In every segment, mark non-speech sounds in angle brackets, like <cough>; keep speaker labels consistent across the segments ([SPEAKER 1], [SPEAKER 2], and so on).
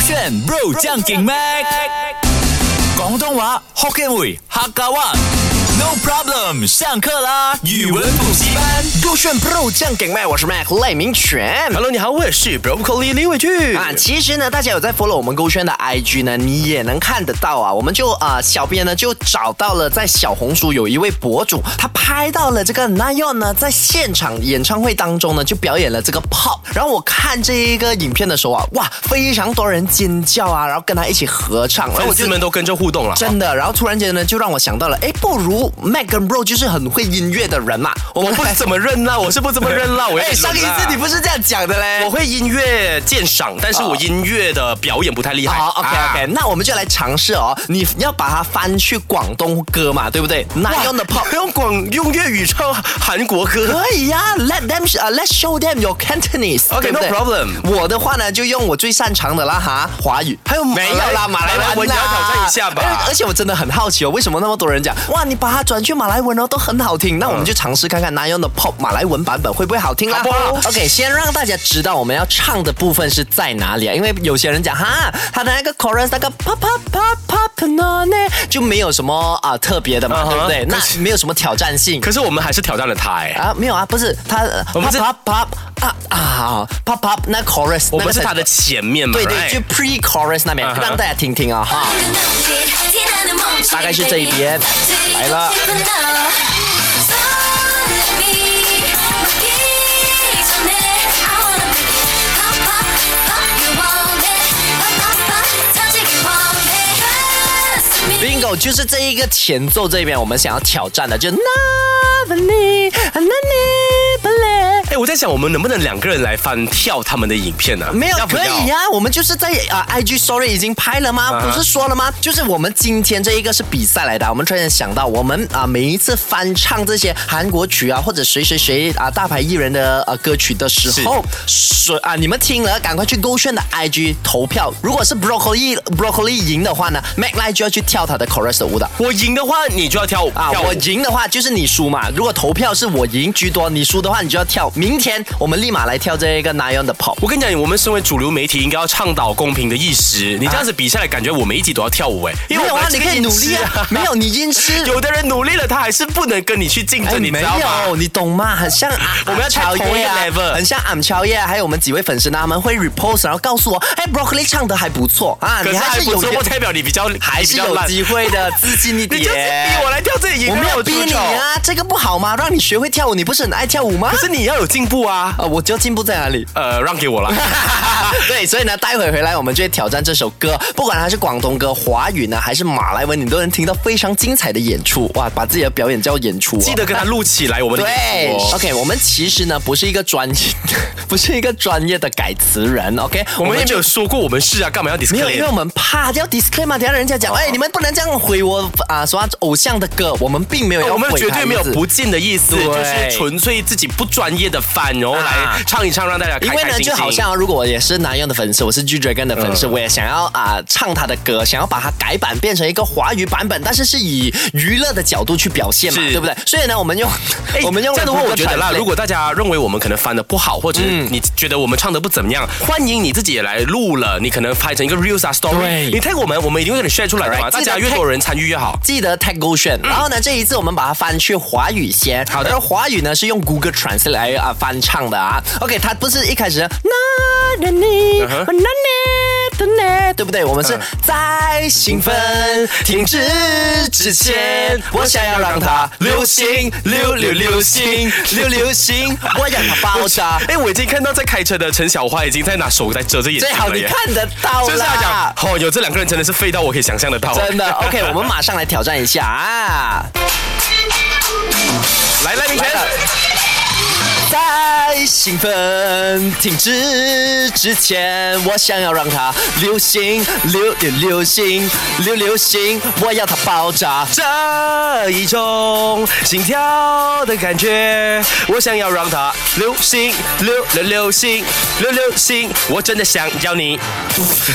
[SPEAKER 1] 选 Bro 将劲 Mac，广东话 Hokkien 语客家话。No problem，上课啦！语文补习班。
[SPEAKER 2] 酷炫 Pro 酱梗麦，我是 Mac 赖明全。
[SPEAKER 3] Hello，你好，我是 Broccoli 李伟俊
[SPEAKER 2] 啊，其实呢，大家有在 follow 我们勾圈的 IG 呢，你也能看得到啊。我们就啊、呃小编呢就找到了在小红书有一位博主，他拍到了这个 Nayon 呢在现场演唱会当中呢就表演了这个 Pop。然后我看这一个影片的时候啊，哇，非常多人尖叫啊，然后跟他一起合
[SPEAKER 3] <laughs>
[SPEAKER 2] 唱，然后
[SPEAKER 3] 粉
[SPEAKER 2] 我就
[SPEAKER 3] 丝们都跟着互动了。
[SPEAKER 2] 真的，然后突然间呢，就让我想到了，哎，不如 Mac 跟 Bro 就是很会音乐的人嘛，我
[SPEAKER 3] 我
[SPEAKER 2] 们
[SPEAKER 3] <laughs> 不
[SPEAKER 2] 来
[SPEAKER 3] 怎么认啦，我是不怎么认 <laughs> 啦，我要
[SPEAKER 2] 哎，上一次你不是这样讲的嘞？
[SPEAKER 3] 我会音乐鉴赏，但是我音乐的表演不太厉害。
[SPEAKER 2] 好，OK
[SPEAKER 3] 啊
[SPEAKER 2] OK，、那我们就来尝试哦。你要把它翻去广东歌嘛，对不对？那用的 pop
[SPEAKER 3] 用广用粤语唱韩国 <laughs> 歌，
[SPEAKER 2] 可以呀、l e t them 啊、l e t s show them your Cantonese。
[SPEAKER 3] OK，
[SPEAKER 2] 对不对
[SPEAKER 3] no problem
[SPEAKER 2] 我的话呢，就用我最擅长的啦哈，华语。还有
[SPEAKER 3] 没有
[SPEAKER 2] 啦，马来
[SPEAKER 3] 马来
[SPEAKER 2] 文
[SPEAKER 3] 文
[SPEAKER 2] 啦
[SPEAKER 3] 你要挑战一下吧
[SPEAKER 2] 而而且我真的很好奇哦，为什么那么多人讲哇，你把它转去马来文哦，都很好听。那我们就尝试看看那用的 pop 马来文版本会不会好听啦。
[SPEAKER 3] 嗯
[SPEAKER 2] 啊
[SPEAKER 3] 好不好
[SPEAKER 2] OK，先让大家知道我们要唱的部分是在哪里啊？因为有些人讲哈，他的那个 chorus 那个 pop pop pop pop no 呢，就没有什么啊、特别的嘛
[SPEAKER 3] 嗯哼
[SPEAKER 2] 对不对？
[SPEAKER 3] 可
[SPEAKER 2] 那没有什么挑战性。
[SPEAKER 3] 可是我们还是挑战了他哎。
[SPEAKER 2] 啊，没有啊，不是他，呃
[SPEAKER 3] 我们是
[SPEAKER 2] pop pop pop 啊啊 pop pop 那 chorus，
[SPEAKER 3] 我们
[SPEAKER 2] 那个
[SPEAKER 3] 是
[SPEAKER 2] 才
[SPEAKER 3] 他的前面嘛，哎
[SPEAKER 2] 对对，
[SPEAKER 3] right？
[SPEAKER 2] 就 pre chorus 那边
[SPEAKER 3] 啊哈
[SPEAKER 2] 让大家听听啊哈。
[SPEAKER 4] 大概是这一边来了。
[SPEAKER 2] bingo 就是这一个前奏这边我们想要挑战的，就 lovely lovely。
[SPEAKER 3] 哎，我在想我们能不能两个人来翻跳他们的影片呢？
[SPEAKER 2] 没有
[SPEAKER 3] 要不
[SPEAKER 2] 可
[SPEAKER 3] 要
[SPEAKER 2] 以呀、我们就是在啊、IG Story 已经拍了吗？
[SPEAKER 3] 啊
[SPEAKER 2] 不是说了吗？就是我们今天这一个是比赛来的啊，我们突然想到，我们啊、每一次翻唱这些韩国曲啊，或者谁谁谁啊、大牌艺人的呃歌曲的时候，说啊、你们听了赶快去勾选的 IG 投票，如果是 Broccoli Broccoli 赢的话呢，Mac l i 就要去跳他的 chorus 的舞蹈。
[SPEAKER 3] 我赢的话，你就要跳
[SPEAKER 2] 啊
[SPEAKER 3] 跳，舞
[SPEAKER 2] 我赢的话就是你输嘛。如果投票是我赢居多，你输的话你就要跳。明天我们立马来跳这一个 Nayon 的 Pop。
[SPEAKER 3] 我跟你讲，我们身为主流媒体，应该要倡导公平的意识。你这样子比下来，感觉我们一起都要跳舞哎，因
[SPEAKER 2] 没
[SPEAKER 3] 为
[SPEAKER 2] 有
[SPEAKER 3] 我
[SPEAKER 2] 啊
[SPEAKER 3] 们，是
[SPEAKER 2] 你可以努力
[SPEAKER 3] 音痴
[SPEAKER 2] 啊。没有，你音痴。
[SPEAKER 3] <laughs> 有的人努力了，他还是不能跟你去竞争，你
[SPEAKER 2] 哎没
[SPEAKER 3] 知道吗？
[SPEAKER 2] 有，你懂吗？很像啊，
[SPEAKER 3] 我们要
[SPEAKER 2] 啊乔
[SPEAKER 3] 同一
[SPEAKER 2] 叶
[SPEAKER 3] 个
[SPEAKER 2] 啊，
[SPEAKER 3] level
[SPEAKER 2] 很像俺乔叶啊，还有我们几位粉丝呢，他们会 repost，然后告诉我，哎，Broccoli 唱的还不错啊，
[SPEAKER 3] 可
[SPEAKER 2] 你
[SPEAKER 3] 是还
[SPEAKER 2] 是
[SPEAKER 3] 不
[SPEAKER 2] 有
[SPEAKER 3] 错，不
[SPEAKER 2] 点
[SPEAKER 3] 代表你比较
[SPEAKER 2] 还
[SPEAKER 3] 比
[SPEAKER 2] 是
[SPEAKER 3] 较
[SPEAKER 2] 有
[SPEAKER 3] 烂。
[SPEAKER 2] 机会的，自信一点。
[SPEAKER 3] <laughs> 你就是逼我来跳这里，
[SPEAKER 2] 我没有
[SPEAKER 3] 出
[SPEAKER 2] 逼你
[SPEAKER 3] 丑。
[SPEAKER 2] 啊，这个不好吗？让你学会跳舞，你不是很爱跳舞吗
[SPEAKER 3] 可？是你要有进步啊。
[SPEAKER 2] 啊，我就进步在哪
[SPEAKER 3] <laughs>
[SPEAKER 2] 里？
[SPEAKER 3] 呃，让给我了。
[SPEAKER 2] <laughs> 对，所以呢，待会回来我们就会挑战这首歌，不管它是广东歌、华语呢，还是马来文，你都能听到非常精彩的演出。哇，把自己的表演叫演出、哦，
[SPEAKER 3] 记得跟他录起来，我们的
[SPEAKER 2] 对
[SPEAKER 3] 演出哦
[SPEAKER 2] ，OK，我们其实呢不是一个专业， <laughs> 不是一个专业的改词人，OK，
[SPEAKER 3] 我们也没
[SPEAKER 2] 就
[SPEAKER 3] 有说过我们是啊，干嘛要
[SPEAKER 2] 没有，因为
[SPEAKER 3] disclaim？
[SPEAKER 2] 我们怕要 disclaim 嘛，等一下人家讲，
[SPEAKER 3] 哦
[SPEAKER 2] 哎，你们不能这样毁我啊，什么偶像的歌，我们并没有要
[SPEAKER 3] 哦我们
[SPEAKER 2] 毁
[SPEAKER 3] 绝
[SPEAKER 2] 他
[SPEAKER 3] 对没有
[SPEAKER 2] 的意思
[SPEAKER 3] 不敬的意思，
[SPEAKER 2] 对
[SPEAKER 3] 就是纯粹自己不专业的翻，然后
[SPEAKER 2] 啊
[SPEAKER 3] 来唱一唱，让大家开
[SPEAKER 2] 因为
[SPEAKER 3] 开
[SPEAKER 2] 呢，
[SPEAKER 3] 心心。嗯
[SPEAKER 2] 就好像啊如果我也是南洋的粉丝，我是 G Dragon 的粉丝，我也想要啊、唱他的歌，想要把它改版变成一个华语版本，但是是以娱乐的角度去表现嘛，
[SPEAKER 3] 是
[SPEAKER 2] 对不对？所以呢，我们用、
[SPEAKER 3] 哎
[SPEAKER 2] 我们用
[SPEAKER 3] 这样的话，我觉得啦，
[SPEAKER 2] Google Translate
[SPEAKER 3] 如果大家认为我们可能翻的不好，或者是你觉得我们唱的不怎么样，欢迎你自己也来录了，你可能拍成一个 reels 啊 story，
[SPEAKER 2] 对
[SPEAKER 3] 你 tag 我们，我们一定会给你 share 出来的
[SPEAKER 2] Correct，
[SPEAKER 3] 嘛。大家越多人参与越好。
[SPEAKER 2] 记得 tag 勾
[SPEAKER 3] 嗯
[SPEAKER 2] 选，然后呢，这一次我们把它翻去华语先。好的，而华语呢是用 Google Translate 来啊翻唱的啊。OK，它不是一开始啊那的你，
[SPEAKER 3] 嗯哼嗯
[SPEAKER 2] 那你的你，对不对？我们是在兴奋停止之前，
[SPEAKER 3] 嗯
[SPEAKER 2] 我想要让它流行，流流流行，流流行，我让它爆炸。
[SPEAKER 3] <laughs> 哎，我已经看到在开车的陈小花已经在拿手在遮着眼睛
[SPEAKER 2] 最好
[SPEAKER 3] 了
[SPEAKER 2] 你
[SPEAKER 3] 耶。
[SPEAKER 2] 看得到
[SPEAKER 3] 就是他
[SPEAKER 2] 啦
[SPEAKER 3] 讲，，哦，有这两个人真的是废到我可以想象得到。
[SPEAKER 2] 真的。OK，我们马上来挑战一下啊。
[SPEAKER 3] 来，赖明全
[SPEAKER 2] 来，了在兴奋停止之前，我想要让它流行，流流流行，流流行，我要它爆炸。
[SPEAKER 3] 这一种心跳的感觉，我想要让它流行，流流流行，流流行，我真的想要你。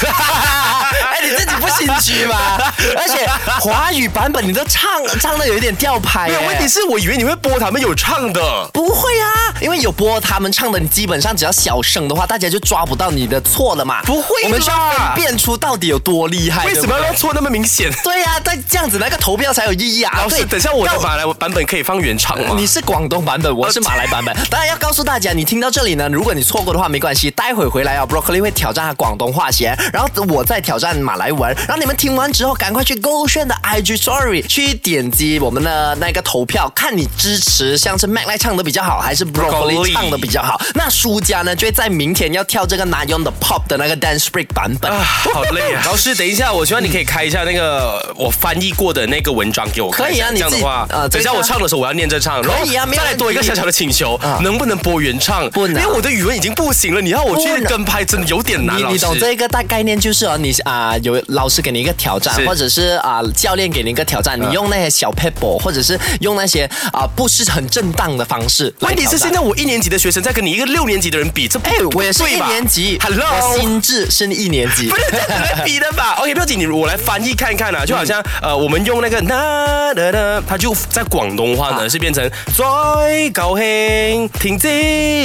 [SPEAKER 2] 哎、哎，你自己不心虚
[SPEAKER 3] <laughs>
[SPEAKER 2] 吗？而且华语版本你都唱唱的有一点吊牌耶。
[SPEAKER 3] 没有，哎问题是我以为你会播他们有唱的。
[SPEAKER 2] 不会啊，因为有播他们唱的，你基本上只要小声的话，大家就抓不到你的错了嘛。
[SPEAKER 3] 不会啦哎
[SPEAKER 2] 我们需要分辨出到底有多厉害。
[SPEAKER 3] 为什
[SPEAKER 2] 对不
[SPEAKER 3] 么
[SPEAKER 2] 对
[SPEAKER 3] 要错那么明显？
[SPEAKER 2] 对呀、但这样子那个投票才有意义啊。
[SPEAKER 3] <laughs> 老师，
[SPEAKER 2] 对
[SPEAKER 3] 等一下我的
[SPEAKER 2] 要
[SPEAKER 3] 马来文版本可以放原唱吗？
[SPEAKER 2] <laughs> 你是广东版本，我是马来版本。 <laughs> 当然要告诉大家，你听到这里呢，如果你错过的话没关系，待会回来啊，Broccoli 会挑战他广东话先，然后我再挑战马来文。然后你们听完之后，赶快去勾选的 IG Story 去点击我们的那个投票，看你支持像是 Mac 来唱的比较好，还是 Broccoli
[SPEAKER 3] Broccoli
[SPEAKER 2] 唱的比较好。那输家呢，就会在明天要跳这个 Nayon 的 Pop 的那个 Dance Break 版本。
[SPEAKER 3] 啊， <laughs> 好累 <laughs> 啊！老师，等一下，我希望你可以开一下那个我翻译过的那个文章给我看。
[SPEAKER 2] 可以啊
[SPEAKER 3] 这样
[SPEAKER 2] 你自
[SPEAKER 3] 的
[SPEAKER 2] 己
[SPEAKER 3] 话，
[SPEAKER 2] 啊
[SPEAKER 3] 等一
[SPEAKER 2] 对
[SPEAKER 3] 下
[SPEAKER 2] 啊
[SPEAKER 3] 我唱的时候我要念着唱。
[SPEAKER 2] 可以啊
[SPEAKER 3] 然后
[SPEAKER 2] 没有
[SPEAKER 3] 再来多一个
[SPEAKER 2] 问题
[SPEAKER 3] 小小的请求
[SPEAKER 2] 啊，
[SPEAKER 3] 能不能播原唱？
[SPEAKER 2] 不能
[SPEAKER 3] 因为我的语文已经不行了，你要我去
[SPEAKER 2] 不能
[SPEAKER 3] 跟拍，真的有点难。
[SPEAKER 2] 你
[SPEAKER 3] 老
[SPEAKER 2] 你
[SPEAKER 3] 师
[SPEAKER 2] 懂这个大概念就是哦，你啊、有老师给你一个挑战，
[SPEAKER 3] 是啊
[SPEAKER 2] 或者是啊、教练给你一个挑战，你用那些小 paper，或者是用那些啊、不是很正当的方式来
[SPEAKER 3] 问题是
[SPEAKER 2] 挑
[SPEAKER 3] 现
[SPEAKER 2] 战
[SPEAKER 3] 在我一年级的学生在跟你一个六年级的人比，这不
[SPEAKER 2] 哎，我也是一年级
[SPEAKER 3] ，Hello，
[SPEAKER 2] 我心智是一年级
[SPEAKER 3] 不。是这样子来比的 <laughs> 吧？OK，不要紧，你我来翻译看看啊，就好像、呃，我们用那个那的的，它就在广东话呢、
[SPEAKER 2] 啊
[SPEAKER 3] 是变成最高兴，停止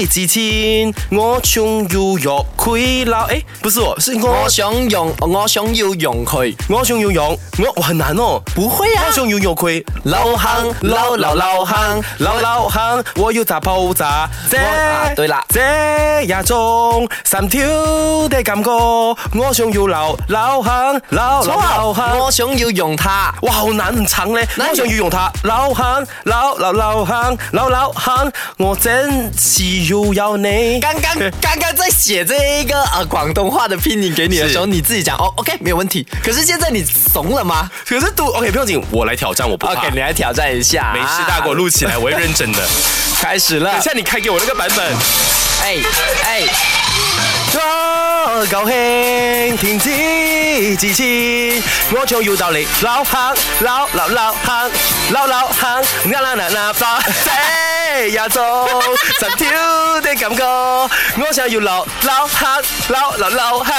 [SPEAKER 3] 之前，我想要约亏了。哎，不是哦，是我
[SPEAKER 2] 我想用，我想要用佢，
[SPEAKER 3] 我想要用我我很难哦。
[SPEAKER 2] 不会啊
[SPEAKER 3] 我。想要用亏，
[SPEAKER 2] 老坑
[SPEAKER 3] 老老老行，老老行，我要打爆炸。这
[SPEAKER 2] 啊對啦
[SPEAKER 3] 这也中三條的感覺，我想要老老行，老
[SPEAKER 2] 错
[SPEAKER 3] 老老行。
[SPEAKER 2] 我想要用它。
[SPEAKER 3] 哇，好難，很長咧！
[SPEAKER 2] 那你
[SPEAKER 3] 我想要用它，老行，老老老行，老老行，我真是要有你。
[SPEAKER 2] 刚刚刚刚在写这一个呃广东话的拼音给你的时候，
[SPEAKER 3] 是
[SPEAKER 2] 你自己讲哦，OK 没有问题。可是现在你怂了吗？
[SPEAKER 3] 可是读 OK 不要緊，我來挑戰，我不怕。
[SPEAKER 2] OK，你来挑战一下。
[SPEAKER 3] 啊没事，大我录起來，我會認真的。
[SPEAKER 2] 开始了
[SPEAKER 3] 等一。下你開給我那個版本。
[SPEAKER 2] 哎哎，
[SPEAKER 3] 我高兴，停止自私，我想要到你老行，老老老行，老老行，啦啦啦啦吧，这也做十条的感覺，我想要老老行，老老老行，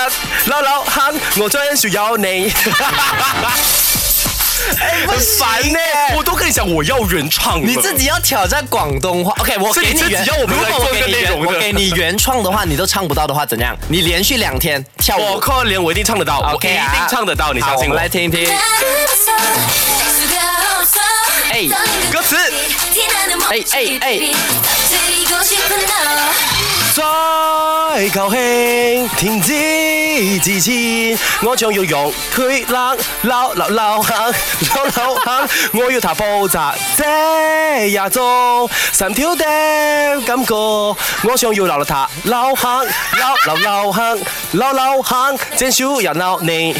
[SPEAKER 3] 老老行，我真需要你。哎，很烦呢、我都跟你讲，我要原唱了
[SPEAKER 2] 你自己要挑战广东话。OK，我
[SPEAKER 3] 是
[SPEAKER 2] 给
[SPEAKER 3] 你自己
[SPEAKER 2] 原，
[SPEAKER 3] 要我们来
[SPEAKER 2] 如果我
[SPEAKER 3] 做一
[SPEAKER 2] 给
[SPEAKER 3] 个
[SPEAKER 2] 你
[SPEAKER 3] 内
[SPEAKER 2] 原
[SPEAKER 3] 容
[SPEAKER 2] 我
[SPEAKER 3] 的
[SPEAKER 2] 给你原创的话，你都唱不到的话，怎样？你连续两天跳
[SPEAKER 3] 我
[SPEAKER 2] 舞。
[SPEAKER 3] 靠，连我一定唱得到我
[SPEAKER 2] OK 啊，
[SPEAKER 3] 一定唱得到，你
[SPEAKER 2] 好
[SPEAKER 3] 相信
[SPEAKER 2] 我
[SPEAKER 3] 我
[SPEAKER 2] 们。来听一听。
[SPEAKER 4] 哎
[SPEAKER 3] 歌词
[SPEAKER 4] 哎哎哎！
[SPEAKER 3] 再高興，停止自私，我想要用佢冷流流流行流流行，我要踏步驟這也中神跳的感覺，我想要流流踏流行流流流行流流行，真少人鬧你。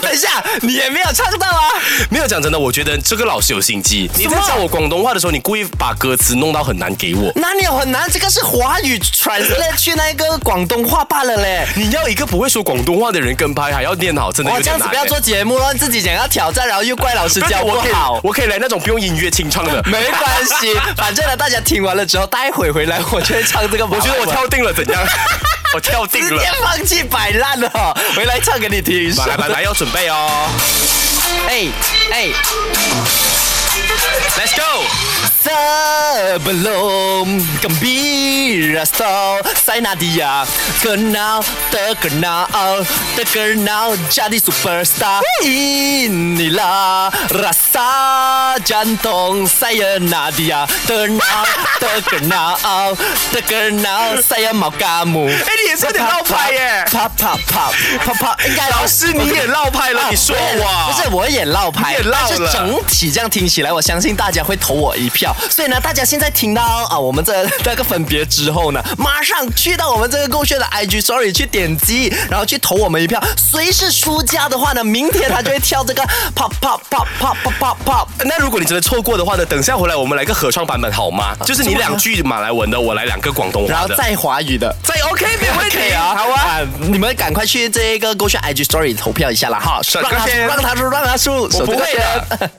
[SPEAKER 2] 等一下，你也没有唱到啊。
[SPEAKER 3] 没有讲真的，我觉得这个老师有心机。你在教我广东话的时候，你故意把歌词弄到很难给我。
[SPEAKER 2] 哪里有很难？这个是华语 translate 去那个广东话罢了嘞。
[SPEAKER 3] 你要一个不会说广东话的人跟拍，还要念好，真的
[SPEAKER 2] 我
[SPEAKER 3] 有
[SPEAKER 2] 这样
[SPEAKER 3] 点
[SPEAKER 2] 子
[SPEAKER 3] 难
[SPEAKER 2] 不要
[SPEAKER 3] 欸
[SPEAKER 2] 做节目了，自己想要挑战，然后又怪老师教不
[SPEAKER 3] 我可以
[SPEAKER 2] 好。
[SPEAKER 3] 我可以来那种不用音乐清唱 <laughs> 的。
[SPEAKER 2] 没关系，反正呢，大家听完了之后，待会回来我就会唱这个。我
[SPEAKER 3] 我觉得我跳定了，怎 <laughs> 样？我跳定
[SPEAKER 2] 直
[SPEAKER 3] 了
[SPEAKER 2] 接。放弃摆烂了哦，回来唱给你听
[SPEAKER 3] <laughs>
[SPEAKER 2] 一下。
[SPEAKER 3] 来来来，要准备哦。
[SPEAKER 2] 哎哎
[SPEAKER 3] Let's go。
[SPEAKER 2] ，sebelum gembira so saya Nadia kenal terkenal terkenal jadi superstar inilah rasa jantung saya Nadia terkenal terkenal terkenal saya mau kamu
[SPEAKER 3] 哎，你也是有点绕拍耶。
[SPEAKER 2] 啪啪啪啪啪，应该
[SPEAKER 3] <laughs> 老师你也绕拍了，你说啊我
[SPEAKER 2] 啊不是我也绕拍，
[SPEAKER 3] 你也绕了
[SPEAKER 2] 但是整体这样听起来，我相信大家会投我一票。所以呢，大家现在听到啊我们这 <laughs> 那个分别之后呢，马上去到我们这个购券的 IG Sorry 去点击，然后去投我们一票。谁是输家的话呢，明天他就会跳这个 <laughs> 啪啪啪啪啪啪啪。
[SPEAKER 3] 那如果你真的错过的话呢？等一下回来我们来个合唱版本好吗？就是你两句马来文的，我来两个广东
[SPEAKER 2] 然
[SPEAKER 3] 话
[SPEAKER 2] 后
[SPEAKER 3] 的。
[SPEAKER 2] 再华语的，
[SPEAKER 3] 再 OK 没问题
[SPEAKER 2] 可以啊，
[SPEAKER 3] 好啊。
[SPEAKER 2] 你们赶快去这个勾选 IG Story 投票一下啦哈，
[SPEAKER 3] 是
[SPEAKER 2] 让他
[SPEAKER 3] 勾选
[SPEAKER 2] 让他输，让他输，
[SPEAKER 3] 我
[SPEAKER 2] 手
[SPEAKER 3] 不
[SPEAKER 2] 这个
[SPEAKER 3] 会的
[SPEAKER 2] 选